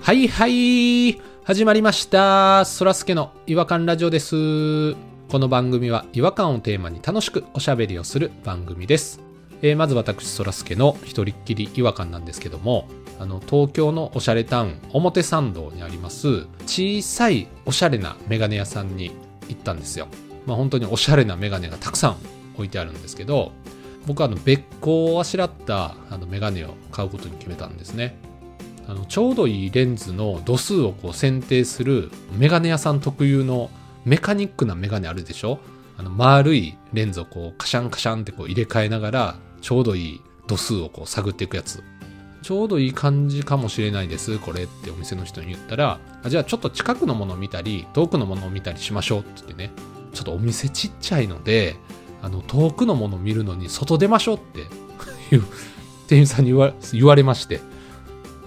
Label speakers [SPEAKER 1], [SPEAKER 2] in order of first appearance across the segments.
[SPEAKER 1] はいはい始まりましたそらすけの違和感ラジオですこの番組は違和感をテーマに楽しくおしゃべりをする番組です、えーまず私そらすけの一人っきり違和感なんですけどもあの東京のおしゃれタウン表参道にあります小さいおしゃれなメガネ屋さんに行ったんですよまあ本当におしゃれなメガネがたくさん置いてあるんですけど僕はあの別光をあしらったあのメガネを買うことに決めたんですねあのちょうどいいレンズの度数をこう選定するメガネ屋さん特有のメカニックなメガネあるでしょあの丸いレンズをこうカシャンカシャンってこう入れ替えながらちょうどいい度数をこう探っていくやつちょうどいい感じかもしれないですこれってお店の人に言ったらあじゃあちょっと近くのものを見たり遠くのものを見たりしましょうって言ってねちょっとお店ちっちゃいのであの遠くのものを見るのに外出ましょうって いう店員さんに言わ言われまして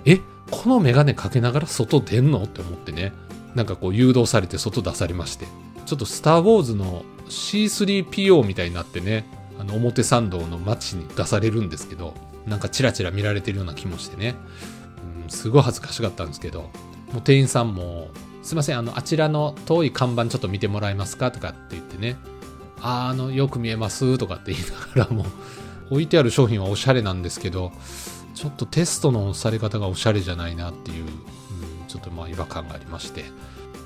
[SPEAKER 1] えこのメガネかけながら外出んのって思ってねなんかこう誘導されて外出されましてちょっと「スター・ウォーズ」の C3PO みたいになってねあの表参道の街に出されるんですけどなんかチラチラ見られてるような気もしてね、うん、すごい恥ずかしかったんですけどもう店員さんも「すいませんあのあちらの遠い看板ちょっと見てもらえますか?」とかって言ってね「あーあのよく見えます」とかって言いながらも置いてある商品はおしゃれなんですけどちょっとテストのされ方がおしゃれじゃないなっていう、うん、ちょっとまあ違和感がありまして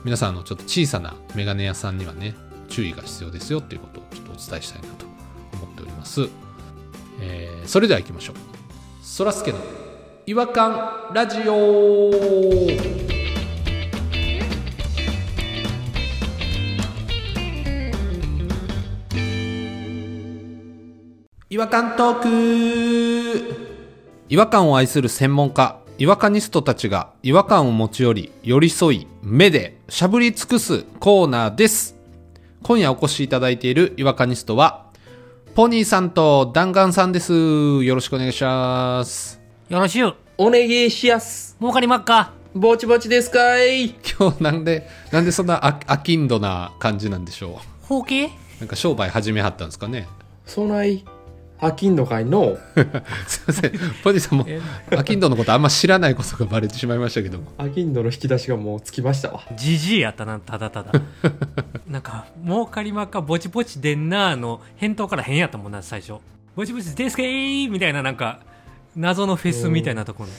[SPEAKER 1] 皆さんあのちょっと小さなメガネ屋さんにはね注意が必要ですよっていうことをちょっとお伝えしたいなと思っております、えーそれでは行きましょうそらすけの違和感ラジオ違和感トーク違和感を愛する専門家違和感ニストたちが違和感を持ち寄り寄り添い目でしゃぶり尽くすコーナーです今夜お越しいただいている違和感ニストはポニーさんと弾丸さんですよろしくお願いします
[SPEAKER 2] よろしゅう。
[SPEAKER 3] お願いしやす。
[SPEAKER 2] 儲かりまっか。
[SPEAKER 3] ぼちぼちですかい
[SPEAKER 1] 今日なんでなんでそんなあ飽きんどな感じなんでしょ
[SPEAKER 2] 包茎
[SPEAKER 1] うなんか商売始めはったんですかね
[SPEAKER 3] そない、飽きんのかいの
[SPEAKER 1] すいませんポニーさんも飽きんどのことあんま知らないことがバレてしまいましたけども
[SPEAKER 3] 飽きんのの引き出しがもうつきましたわ。
[SPEAKER 2] じじいやったな、ただた だ。なんか、儲かりまっか、ぼちぼちでんなーの返答から変やったもんな、最初。ぼちぼちですけーみたいな、なんか、謎のフェスみたいなところ。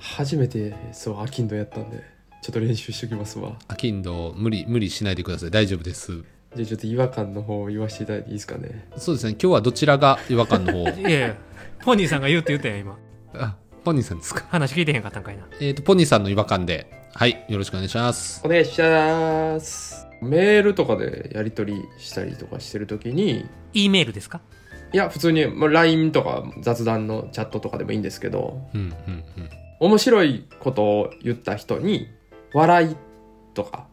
[SPEAKER 3] 初めて、そう、飽きんのやったんで、ちょっと練習しておきますわ。
[SPEAKER 1] 飽きんど無理無理しないでください大丈夫です
[SPEAKER 3] じゃあちょっと違和感の方を言わせていただいていいですかね。
[SPEAKER 1] そうですね今日はどちらが違和感の方を
[SPEAKER 2] いやいや、ポニーさんが言うって言ったやん、今。
[SPEAKER 1] あポニーさんですか
[SPEAKER 2] 話聞いてへんかったんかいな。
[SPEAKER 1] えっ、とポニーさんの違和感ではいよろしくお願いします
[SPEAKER 3] お願いしやす。メールとかでやり取りしたりとかしてるときに、
[SPEAKER 2] E メールですか
[SPEAKER 3] いや、普通に、まあ、LINE とか雑談のチャットとかでもいいんですけど、
[SPEAKER 1] うんうんうん
[SPEAKER 3] 面白いことを言った人に、笑いとか、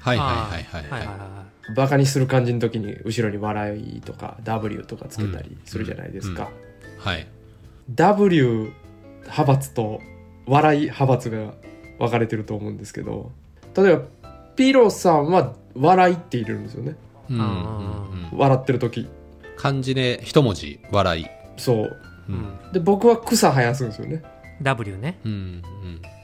[SPEAKER 1] はいはいはい
[SPEAKER 2] は
[SPEAKER 1] はいい、
[SPEAKER 2] はい
[SPEAKER 1] は
[SPEAKER 2] は
[SPEAKER 3] バカにする感じの時に後ろに笑いとか W とかつけたりするじゃないですか、
[SPEAKER 1] いはい、
[SPEAKER 3] W 派閥と笑い派閥が分かれてると思うんですけど例えばピロさんは笑いって入れるんですよね
[SPEAKER 1] うんうんうん、
[SPEAKER 3] 笑ってる時
[SPEAKER 1] 漢字で一文字笑い、
[SPEAKER 3] そう
[SPEAKER 1] う
[SPEAKER 2] い。うんん。
[SPEAKER 3] で僕は草生やすんですよね
[SPEAKER 2] W ね。
[SPEAKER 1] うんうん、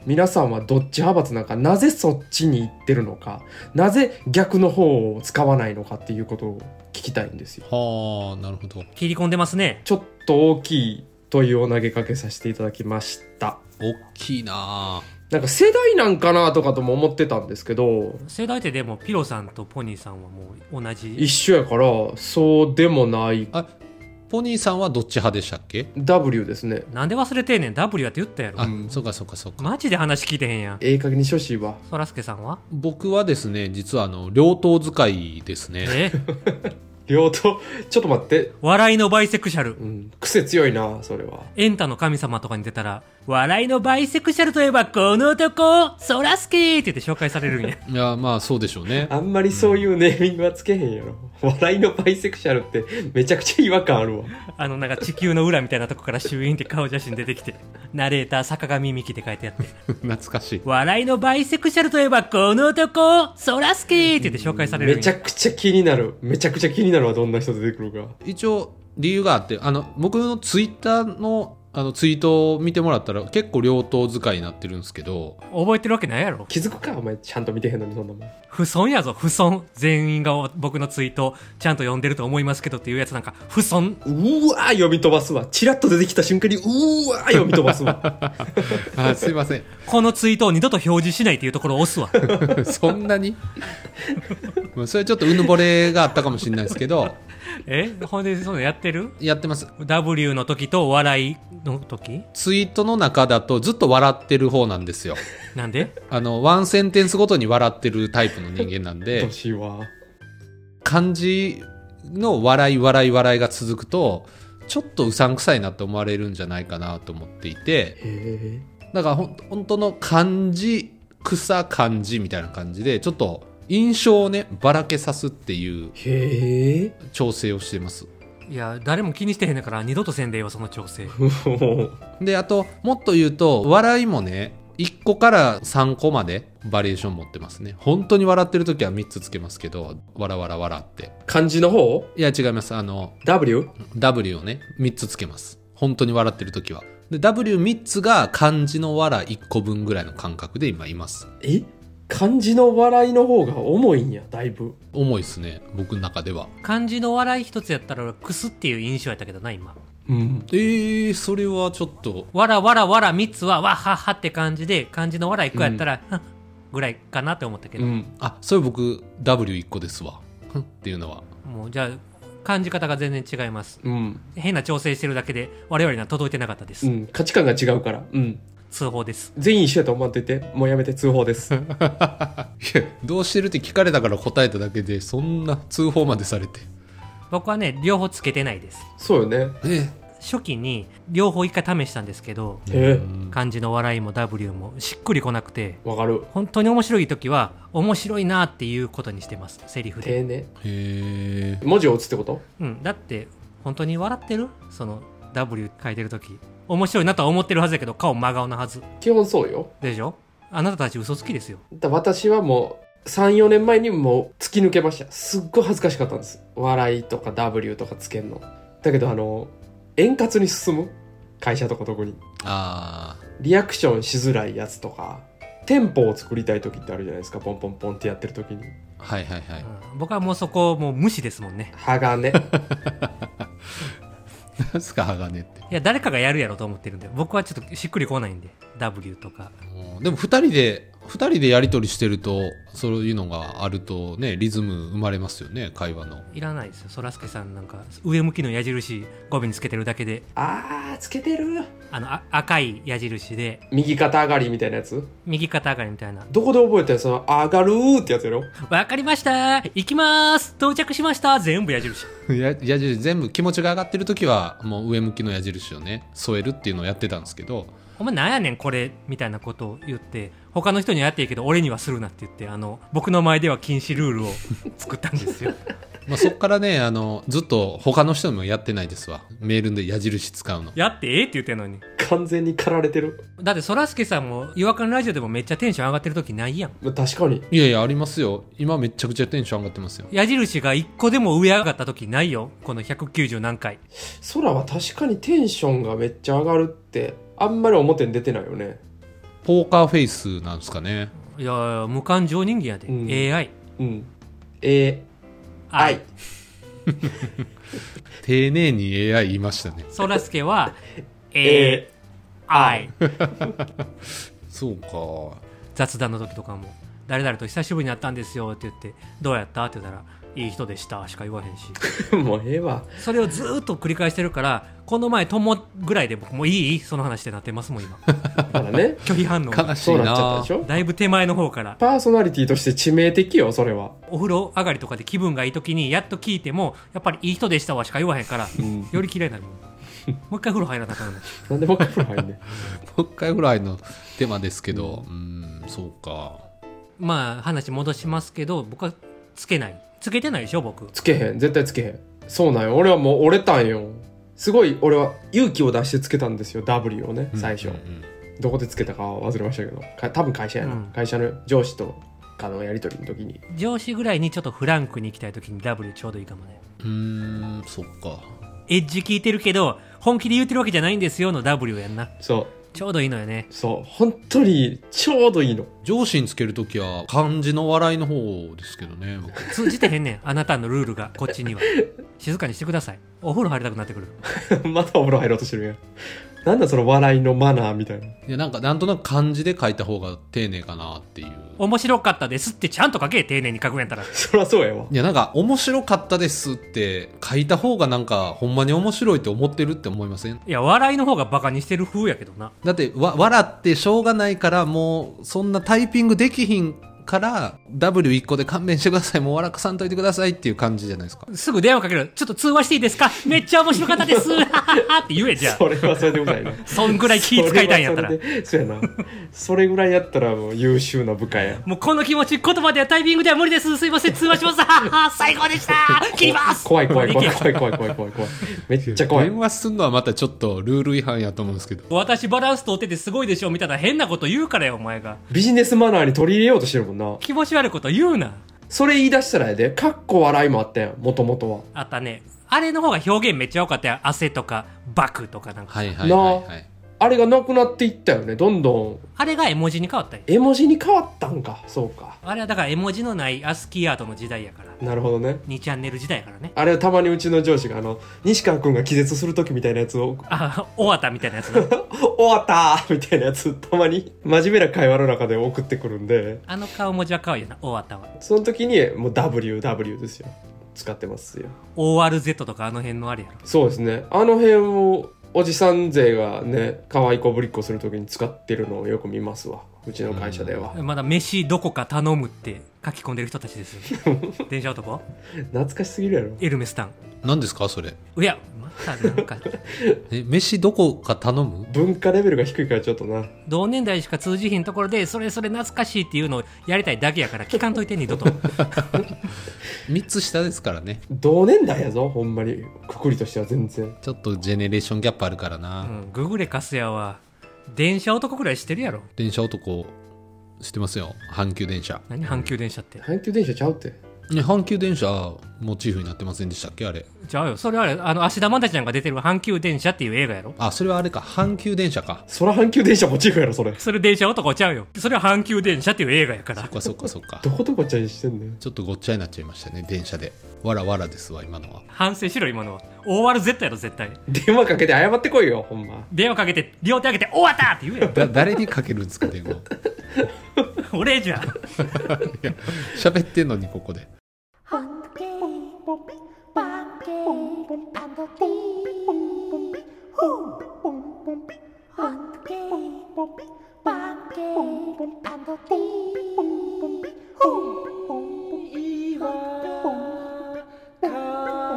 [SPEAKER 3] 皆さんはどっち派閥なんかなぜそっちに行ってるのかなぜ逆の方を使わないのかっていうことを聞きたいんですよ
[SPEAKER 1] はあなるほど
[SPEAKER 2] 切り込んでますね。
[SPEAKER 3] ちょっと大きい問いを投げかけさせていただきました
[SPEAKER 1] 大きいなあ
[SPEAKER 3] なんか世代なんかなとかとも思ってたんですけど
[SPEAKER 2] 世代ってでも、ピロさんとポニーさんはもう同
[SPEAKER 3] 一
[SPEAKER 2] じ。
[SPEAKER 3] 緒やからそうでもない
[SPEAKER 1] あポニーさんはどっち派でしたっけ
[SPEAKER 3] W ですね
[SPEAKER 2] なんで忘れてんねん、W やって言ったやろ
[SPEAKER 1] あ、。
[SPEAKER 3] うん
[SPEAKER 1] そうかそうかそうか
[SPEAKER 2] マジで話聞いてへんやん。
[SPEAKER 3] ええ加減にしてほしいわ
[SPEAKER 2] そらすけさんは
[SPEAKER 1] 僕はですね実はあの両党使いですね
[SPEAKER 2] え
[SPEAKER 3] 両党ちょっと 待って、
[SPEAKER 2] 笑いのバイセクシャル
[SPEAKER 3] う。ん、癖強いなそれは
[SPEAKER 2] エンタの神様とかに出たら、笑いのバイセクシャルといえばこの男、そらすけーって言って紹介され るんや。
[SPEAKER 1] いやまあそうでしょう ね
[SPEAKER 3] あんまりそういうネーミングはつけへんやろ笑いのバイセクシャルってめちゃくちゃ違和感あるわ
[SPEAKER 2] あの、なんか地球の裏みたいなとこからシュイーンって顔写真出てきて、ナレーター坂上美希って書いてあって、
[SPEAKER 1] 懐かしい
[SPEAKER 2] 笑いのバイセクシャルといえばこの男、そらすけーって言って紹介される
[SPEAKER 3] め
[SPEAKER 2] ん
[SPEAKER 3] ちゃ
[SPEAKER 2] や。
[SPEAKER 3] くちゃ気になるめちゃくちゃ気になるわどんな人出てくるか
[SPEAKER 1] 一応理由があってあの僕のツイッターのあのツイートを見てもらったら結構両党使いになってるんですけど
[SPEAKER 2] 覚えてるわけないやろ
[SPEAKER 3] 気づくかお前ちゃんと見てへんのにそんなもん
[SPEAKER 2] 不損やぞ不損全員が僕のツイートちゃんと読んでると思いますけどっていうやつなんか不損
[SPEAKER 3] うわー読み飛ばすわチラッと出てきた瞬間にうわー読み飛ばすわ
[SPEAKER 1] あすいません
[SPEAKER 2] このツイートを二度と表示しないっていうところを 押すわ
[SPEAKER 1] そんなにまあそれちょっとうぬぼれがあったかもしれないですけど
[SPEAKER 2] えほんでそのやってる
[SPEAKER 1] やってます
[SPEAKER 2] W の時と笑いの時
[SPEAKER 1] ツイートの中だとずっと笑ってる方なんですよ
[SPEAKER 2] なんで
[SPEAKER 1] あのワンセンテンスごとに笑ってるタイプの人間なんで
[SPEAKER 3] 年は
[SPEAKER 1] 漢字の笑い笑い笑いが続くとちょっとうさんくさいなって思われるんじゃないかなと思っていて
[SPEAKER 3] へ
[SPEAKER 1] だからほん本当の漢字草漢字みたいな感じでちょっと印象をねばらけさすっていう
[SPEAKER 3] えへえ
[SPEAKER 1] 調整をしてます
[SPEAKER 2] いや誰も気にしてへんだから二度とせんでええわその調整
[SPEAKER 1] であともっと言うと笑いもね1個から3個までバリエーション持ってますね本当に笑ってる時は3つつけますけどわらわらわらって
[SPEAKER 3] 漢字の方
[SPEAKER 1] いや違いますあの
[SPEAKER 3] W?
[SPEAKER 1] W をね3つつけます本当に笑ってる時はで W3 つが漢字の笑1個分ぐらいの感覚で今います
[SPEAKER 3] え漢字の笑いの方が重いんやだいぶ
[SPEAKER 1] 重いですね僕の中では
[SPEAKER 2] 漢字の笑い一つやったら俺クスっていう印象やったけどな今
[SPEAKER 3] うん
[SPEAKER 1] えー、それはちょっと
[SPEAKER 2] わらわらわら三つはわっはっはって感じで漢字の笑い一個やったら、はっぐらいかなって思ったけ
[SPEAKER 3] う
[SPEAKER 2] ど、
[SPEAKER 3] ん
[SPEAKER 1] あそれ僕 W1 個ですわふんっていうのは
[SPEAKER 2] もうじゃあ感じ方が全然違います
[SPEAKER 3] うん、
[SPEAKER 2] 変な調整してるだけで我々には届いてなかったです、
[SPEAKER 3] うん、価値観が違うからうん
[SPEAKER 2] 通報です
[SPEAKER 3] 全員一緒やと思わんといてもうやめて通報です
[SPEAKER 1] いやどうしてるって聞かれたから答えただけでそんな通報までされて
[SPEAKER 2] 僕はね両方つけてないです
[SPEAKER 3] そうよね
[SPEAKER 1] え
[SPEAKER 2] 初期に両方一回試したんですけど
[SPEAKER 3] え
[SPEAKER 2] 漢字の笑いも W もしっくりこなくて
[SPEAKER 3] わかる
[SPEAKER 2] 本当に面白い時は面白いなっていうことにしてますセリフで、
[SPEAKER 3] 丁寧
[SPEAKER 1] へえ
[SPEAKER 3] 文字を打つってこと
[SPEAKER 2] うん、だって本当に笑ってるその W 書いてる時面白いなとは思ってるはずやけど顔真顔なはず
[SPEAKER 3] 基本そうよ
[SPEAKER 2] でしょあなたたち嘘つきですよ
[SPEAKER 3] だ私はもう34年前にもう突き抜けましたすっごい恥ずかしかったんです笑いとか W とかつけんのだけどあの円滑に進む会社とか特に
[SPEAKER 1] あ
[SPEAKER 3] リアクションしづらいやつとかテンポを作りたい時ってあるじゃないですかポンポンポンってやってる時に
[SPEAKER 1] あはいはいはい
[SPEAKER 2] うん僕はもうそこもう無視ですもんね
[SPEAKER 3] 歯 がね
[SPEAKER 1] 何すか鋼って
[SPEAKER 2] いや誰かがやるやろと思ってるんで僕はちょっとしっくりこないんで W とか
[SPEAKER 1] うんでも二人で二人でやり取りしてるとそういうのがあるとねリズム生まれますよね会話の
[SPEAKER 2] いらないですよそらすけさんなんか上向きの矢印語尾につけてるだけで
[SPEAKER 3] あーつけてる
[SPEAKER 2] あのあ赤い矢印で
[SPEAKER 3] 右肩上がりみたいなやつ
[SPEAKER 2] 右肩上がりみたいな
[SPEAKER 3] どこで覚えたやつは上がるーってやつやろ
[SPEAKER 2] 「わかりました行きます到着しました」全部矢印
[SPEAKER 1] や矢印全部気持ちが上がってる時はもう上向きの矢印をね添えるっていうのをやってたんですけど
[SPEAKER 2] 「お前なんやねんこれ」みたいなことを言って他の人にはやっていいけど俺にはするなって言ってあの僕の前では禁止ルールを作ったんです よ
[SPEAKER 1] まあ、そっからねあのずっと他の人にもやってないですわメールで矢印使うの
[SPEAKER 2] やってええって言ってんのに
[SPEAKER 3] 完全に駆られてる
[SPEAKER 2] だってそらすけさんも「違和感ラジオ」でもめっちゃテンション上がってる時ないやん
[SPEAKER 3] 確かに
[SPEAKER 1] いやいやありますよ今めっちゃくちゃテンション上がってますよ
[SPEAKER 2] 矢印が1個でも上上がった時ないよこの190何回
[SPEAKER 3] 空は確かにテンションがめっちゃ上がるってあんまり表に出てないよね
[SPEAKER 1] ポーカーフェイスなんですかね
[SPEAKER 2] いやー無感情人間やで、
[SPEAKER 3] うん
[SPEAKER 2] AI
[SPEAKER 3] うんえー、愛
[SPEAKER 1] 丁寧に AI 言いましたね
[SPEAKER 2] そらすけは AI
[SPEAKER 3] え
[SPEAKER 1] そうか
[SPEAKER 2] 雑談の時とかも「誰々と久しぶりになったんですよ」って言って「どうやった?」って言ったら「いい人でした」しか言わへんし
[SPEAKER 3] もうええわ
[SPEAKER 2] それをずーっと繰り返してるからこの前友ぐらいで僕もういいその話ってなってます もん今
[SPEAKER 3] だからね
[SPEAKER 2] 拒否反応
[SPEAKER 1] 悲
[SPEAKER 2] が
[SPEAKER 1] しい
[SPEAKER 3] そうなっちゃった
[SPEAKER 1] な
[SPEAKER 3] でしょ
[SPEAKER 2] だいぶ手前の方から
[SPEAKER 3] パーソナリティとして致命的よそれは
[SPEAKER 2] お風呂上がりとかで気分がいい時にやっと聞いてもやっぱりいい人でしたわしか言わへんから
[SPEAKER 3] ん
[SPEAKER 2] より嫌いにな るもんもう一回風呂入らなあかんの
[SPEAKER 3] なんで僕風呂入んねん
[SPEAKER 1] もう一回ぐらいの手間ですけどうんそうか
[SPEAKER 2] まあ話戻しますけど僕はつけないつけてないでしょ僕
[SPEAKER 3] つけへん絶対つけへんそうなんよ俺はもう折れたんよすごい俺は勇気を出してつけたんですよ W をね最初、
[SPEAKER 1] うんうん
[SPEAKER 3] どこでつけたかは忘れましたけどか多分会社やな、
[SPEAKER 2] うん
[SPEAKER 3] 会社の上司とかのやり取りの時に
[SPEAKER 2] 上司ぐらいにちょっとフランクに行きたい時に W ちょうどいいかもね
[SPEAKER 1] うんうーんそっか
[SPEAKER 2] えエッジ効いてるけど、本気で言ってるわけじゃないんですよの W やんな。
[SPEAKER 3] そう
[SPEAKER 2] ちょうどいいのよね。
[SPEAKER 3] そう本当にちょうどいいの
[SPEAKER 1] 上司につけるときは漢字の笑いの方ですけどね僕
[SPEAKER 2] 通じてへんねん。あなたのルールが、こっち には。静かにしてください。お風呂入りたくなってくる。
[SPEAKER 3] またお風呂入ろうとしてるやん。なんだその笑いのマナーみたいな。
[SPEAKER 1] いやなんかなんとなく漢字で書いた方が丁寧かなっていう
[SPEAKER 2] 面白かったですってちゃんと書け、丁寧に書くんやったら。
[SPEAKER 3] そりゃそうやわ。
[SPEAKER 1] いやなんか面白かったですって書いた方がなんかほんまに面白いって思ってるって思いません
[SPEAKER 2] いや、笑いの方がバカにしてる風やけどな。
[SPEAKER 1] だってわ笑ってしょうがないからもうそんなタイピングできひんから W1 個で勘弁してくださいもう笑かさんといてくださいっていう感じじゃないですか
[SPEAKER 2] すぐ電話かける。ちょっと通話していいですかめっちゃ面白かったです。はははって言えじゃ
[SPEAKER 3] それはそれでございな。
[SPEAKER 2] あ。 そんぐらい気遣いたいんやったら
[SPEAKER 3] そ。れはそれでそうやな。それぐらいやったらもう優秀な部下や。
[SPEAKER 2] もうこの気持ち、言葉ではタイミングでは無理です。すいません、通話します。ははは最高でした切ります
[SPEAKER 3] 怖い怖い怖い
[SPEAKER 2] いけ
[SPEAKER 3] 怖い怖い怖い怖い怖い。めっちゃ怖い
[SPEAKER 1] 電。話すんのはまたちょっとルール違反やと思うんですけど
[SPEAKER 2] 私バランス取っててすごいでしょみたいな変なこと言うからよ、お前が。
[SPEAKER 3] ビジネスマナーに取り入れようとしてるもんな。
[SPEAKER 2] 気持ち悪いこと言うな。
[SPEAKER 3] それ言い出したらやで、かっこ笑いもあったやん、もともとは。
[SPEAKER 2] あったね。あれの方が表現めっちゃ多かったよ。汗とか、バクとかなんか。
[SPEAKER 1] はいはいはいはい
[SPEAKER 3] あれがなくなっていったよね、どんどん。
[SPEAKER 2] あれが絵文字に変わったよ。
[SPEAKER 3] 絵文字に変わったんか、そうか。
[SPEAKER 2] あれはだから絵文字のないアスキーアートの時代やから。
[SPEAKER 3] なるほどね。
[SPEAKER 2] 2チャンネル時代やからね。
[SPEAKER 3] あれはたまにうちの上司が、あの、西川くんが気絶するときみたいなやつを
[SPEAKER 2] あ、終わったみたいなやつな。
[SPEAKER 3] 終わったーみたいなやつたまに真面目な会話の中で送ってくるんで
[SPEAKER 2] あの顔文字は可愛いよな。終わったは。
[SPEAKER 3] その時にもう WW ですよ使ってますよ
[SPEAKER 2] ORZ とかあの辺のあれやろ。
[SPEAKER 3] そうですねあの辺をおじさん勢がね可愛い子ぶりっ子する時に使ってるのをよく見ますわうちの会社では、
[SPEAKER 2] まだ飯どこか頼むって書き込んでる人たちですよ。 電車男
[SPEAKER 3] 懐かしすぎるやろ
[SPEAKER 2] エルメスタン。
[SPEAKER 1] 何ですかそれ
[SPEAKER 2] いや、またなんか、
[SPEAKER 1] え飯どこか頼む
[SPEAKER 3] 文化レベルが低いからちょっとな
[SPEAKER 2] 同年代しか通じひんところで、それそれ懐かしいっていうのをやりたいだけやから、聞かんといて二度と。
[SPEAKER 1] 3つ下ですからね
[SPEAKER 3] 同年代やぞほんまにくくりとしては全然
[SPEAKER 1] ちょっとジェネレーションギャップあるからな、
[SPEAKER 2] うん、ググレカスヤは、電車男くらいしてるやろ。
[SPEAKER 1] 電車男知ってますよ阪急電車
[SPEAKER 2] 何阪急電車って。
[SPEAKER 3] 阪急電車ちゃうって
[SPEAKER 1] ね阪急電車モチーフになってませんでしたっけあれ
[SPEAKER 2] ちゃうよ。それあれ、あの、芦田愛菜ちゃんが出てる阪急電車っていう映画やろ。
[SPEAKER 1] あそれはあれか阪急電車か
[SPEAKER 3] そら阪急電車モチーフやろそれ
[SPEAKER 2] それ電車男ちゃうよ。それは阪急電車っていう映画やか
[SPEAKER 1] そ
[SPEAKER 2] ら
[SPEAKER 1] っ。かそっかそっか
[SPEAKER 3] どことごっちゃにしてんだよ
[SPEAKER 1] ちょっとごっちゃになっちゃいましたね電車でわらわらですわ今のは
[SPEAKER 2] 反省しろ、今のは。ORZ やろ、絶対。
[SPEAKER 3] 電話かけて謝ってこいよほんま
[SPEAKER 2] 電話かけて、両手上げて、終わったって言えよ。
[SPEAKER 1] だ誰にかけるんですか電話 い
[SPEAKER 2] 俺じゃん。
[SPEAKER 1] や喋ってんのにここで
[SPEAKER 4] Hunky,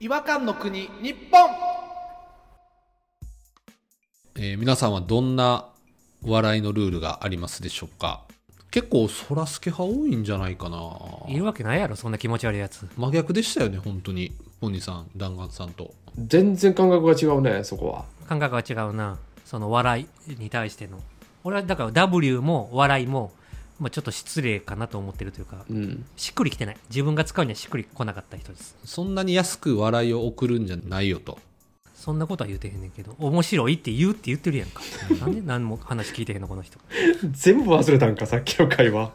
[SPEAKER 5] 違和感の国日本
[SPEAKER 1] えー皆さんはどんな笑いのルールがありますでしょうか結構そらすけ派多いんじゃないかない
[SPEAKER 2] るわけないやろ、そんな気持ち悪いやつ。
[SPEAKER 1] 真逆でしたよね本当にポニーさん弾丸さんと
[SPEAKER 3] 全然感覚が違うねそこは
[SPEAKER 2] 感覚は違うな。その笑いに対しての。俺はだから W も笑いも、まあ、ちょっと失礼かなと思ってるというか、
[SPEAKER 3] うん
[SPEAKER 2] しっくりきてない。自分が使うにはしっくり来なかった人です。
[SPEAKER 1] そんなに安く笑いを送るんじゃないよと
[SPEAKER 2] そんなことは言うてへんねんけど、面白いって言うって言ってるやんか。なんで何も話聞いてへんの、この人。
[SPEAKER 3] 全部忘れたんかさっきの会話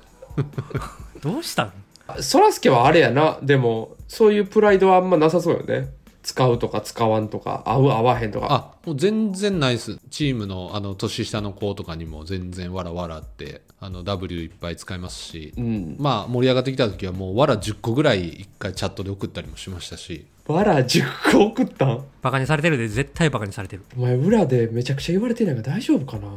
[SPEAKER 2] どうしたん
[SPEAKER 3] そらすけはあれやなでもそういうプライドはあんまなさそうよね使うとか使わんとか合う合わへんとか
[SPEAKER 1] あもう全然ないですチームのあの年下の子とかにも全然わらわらってあの W いっぱい使いますし、
[SPEAKER 3] うん
[SPEAKER 1] まあ盛り上がってきた時はもうわら10個ぐらい1回チャットで送ったりもしましたし
[SPEAKER 3] わら10個送ったん
[SPEAKER 2] バカにされてるで、絶対バカにされてる。
[SPEAKER 3] お前裏でめちゃくちゃ言われてないから大丈夫かな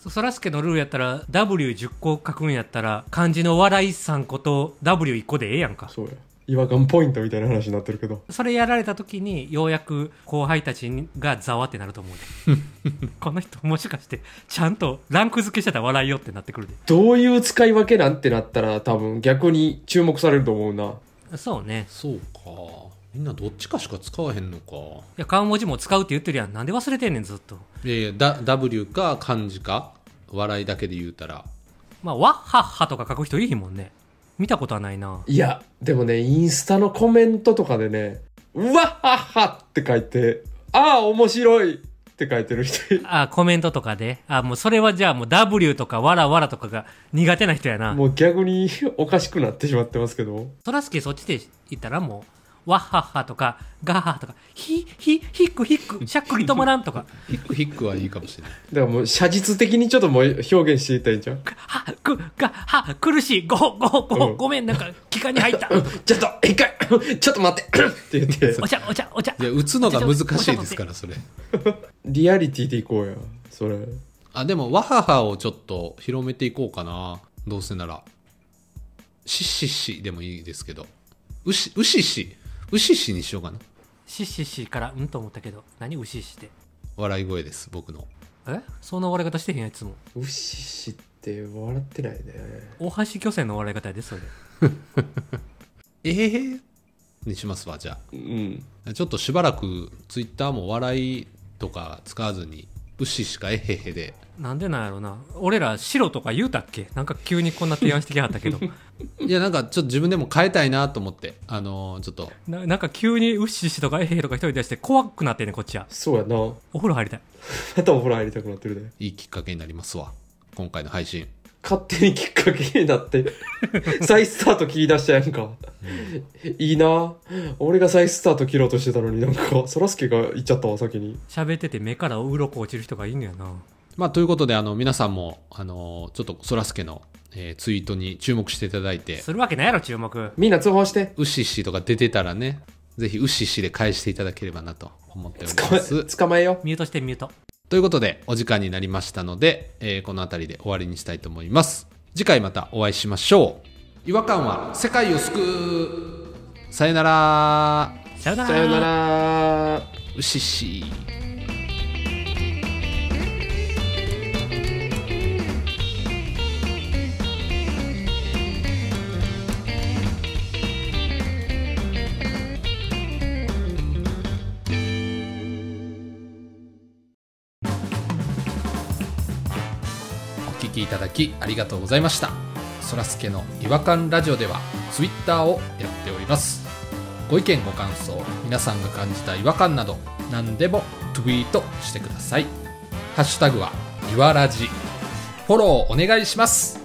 [SPEAKER 2] そそらすけのルールやったら、W10 個書くんやったら、漢字の笑い3個と W1 個でええやんか。
[SPEAKER 3] そうや違和感ポイントみたいな話になってるけど
[SPEAKER 2] それやられた時に、ようやく後輩たちがざわってなると思うで。この人もしかして、ちゃんとランク付けしてたら笑いよってなってくる
[SPEAKER 3] どういう使い分けなんてなったら多分逆に注目されると思うな
[SPEAKER 2] で。そうね。
[SPEAKER 1] そうかみんなどっちかしか使わへんのか
[SPEAKER 2] いや、顔文字も使うって言ってるやん。なんで忘れてんねん、ずっと。
[SPEAKER 1] いやいやだ W か漢字か笑いだけで言うたら
[SPEAKER 2] まあ、わっはっはとか書く人いいもんね。見たことはないない
[SPEAKER 3] や、でもね、インスタのコメントとかでね、うわっはっはって書いて、ああ、面白いって書いてる人いる
[SPEAKER 2] あコメントとかであもうそれはじゃあもう W とかわらわらとかが苦手な人やな
[SPEAKER 3] もう逆におかしくなってしまってますけど。
[SPEAKER 2] そらすけそっちで言ったらもうわっはっはとかガッハとかヒヒヒックヒックしゃっくりとまらん とか
[SPEAKER 1] ヒックヒックはいいかもしれない。
[SPEAKER 3] だからもう写実的にちょっともう 表現していったらいいんじゃん。
[SPEAKER 2] はくがは苦しいごご
[SPEAKER 3] う
[SPEAKER 2] ご
[SPEAKER 3] ん
[SPEAKER 2] ごめんなんか気管に 入った
[SPEAKER 3] ちょっと、一回、 ちょっと待って、 って言って、
[SPEAKER 2] お茶お茶お茶
[SPEAKER 1] いや、打つのが難しいですから、それ。
[SPEAKER 3] リアリティでいこうや、それ。
[SPEAKER 1] あ、でも、わははをちょっと広めていこうかな。どうせなら。しっしっしでもいいですけど。うし、うしっし。うしっしにしようかな。
[SPEAKER 2] シシシからうんと思ったけど何ウシシって
[SPEAKER 1] 笑い声です、僕の。
[SPEAKER 2] えそんな笑い方してへんやつも
[SPEAKER 3] うししって笑ってないね。
[SPEAKER 2] 大橋巨船の笑い方やでそれ
[SPEAKER 1] えへへにしますわ、じゃ
[SPEAKER 3] うん。
[SPEAKER 1] あ。ちょっとしばらく、ツイッターも笑いとか使わずに、うししかえへへで。
[SPEAKER 2] なんでなんやろな俺ら白とか言うたっけなんか急にこんな提案してきはったけど
[SPEAKER 1] いや、なんか、ちょっと自分でも変えたいなと思って。あのーちょっと、
[SPEAKER 2] ななんか急にウッシーシとかエヘヘとか一人出して怖くなってんねんこっちは
[SPEAKER 3] そうやな。
[SPEAKER 2] お風呂入りたい
[SPEAKER 3] またお風呂入りたくなってるね。
[SPEAKER 1] いいきっかけになりますわ。今回の配信。
[SPEAKER 3] 勝手にきっかけになって、 再スタート切り出したやんか。いいな俺が再スタート切ろうとしてたのになんか、そらすけが行っちゃったわ、先に。
[SPEAKER 2] 喋ってて目から鱗落ちる人がいいんのやな
[SPEAKER 1] まあ、ということで、あの、皆さんも、あの、ちょっと、そらすけの、えーツイートに注目していただいて、
[SPEAKER 2] するわけないやろ注目
[SPEAKER 3] みんな通報して。
[SPEAKER 1] うっしっしとか出てたらね、ぜひ、うっしっしで返していただければなと思っており
[SPEAKER 3] 捕ま
[SPEAKER 1] ま
[SPEAKER 3] え、
[SPEAKER 1] す。
[SPEAKER 3] 捕まえよう。
[SPEAKER 2] ミュートしてミュート
[SPEAKER 1] ということで、お時間になりましたので、えーこの辺りで終わりにしたいと思います。次回またお会いしましょう。違和感は世界を救う。さよなら。
[SPEAKER 2] さよなら
[SPEAKER 3] さよなら。
[SPEAKER 1] うっしっし。お聞きいただきありがとうございましたそらすけの違和感ラジオではツイッターをやっておりますご意見ご感想皆さんが感じた違和感など何でもツイートしてくださいハッシュタグはいわらじフォローお願いします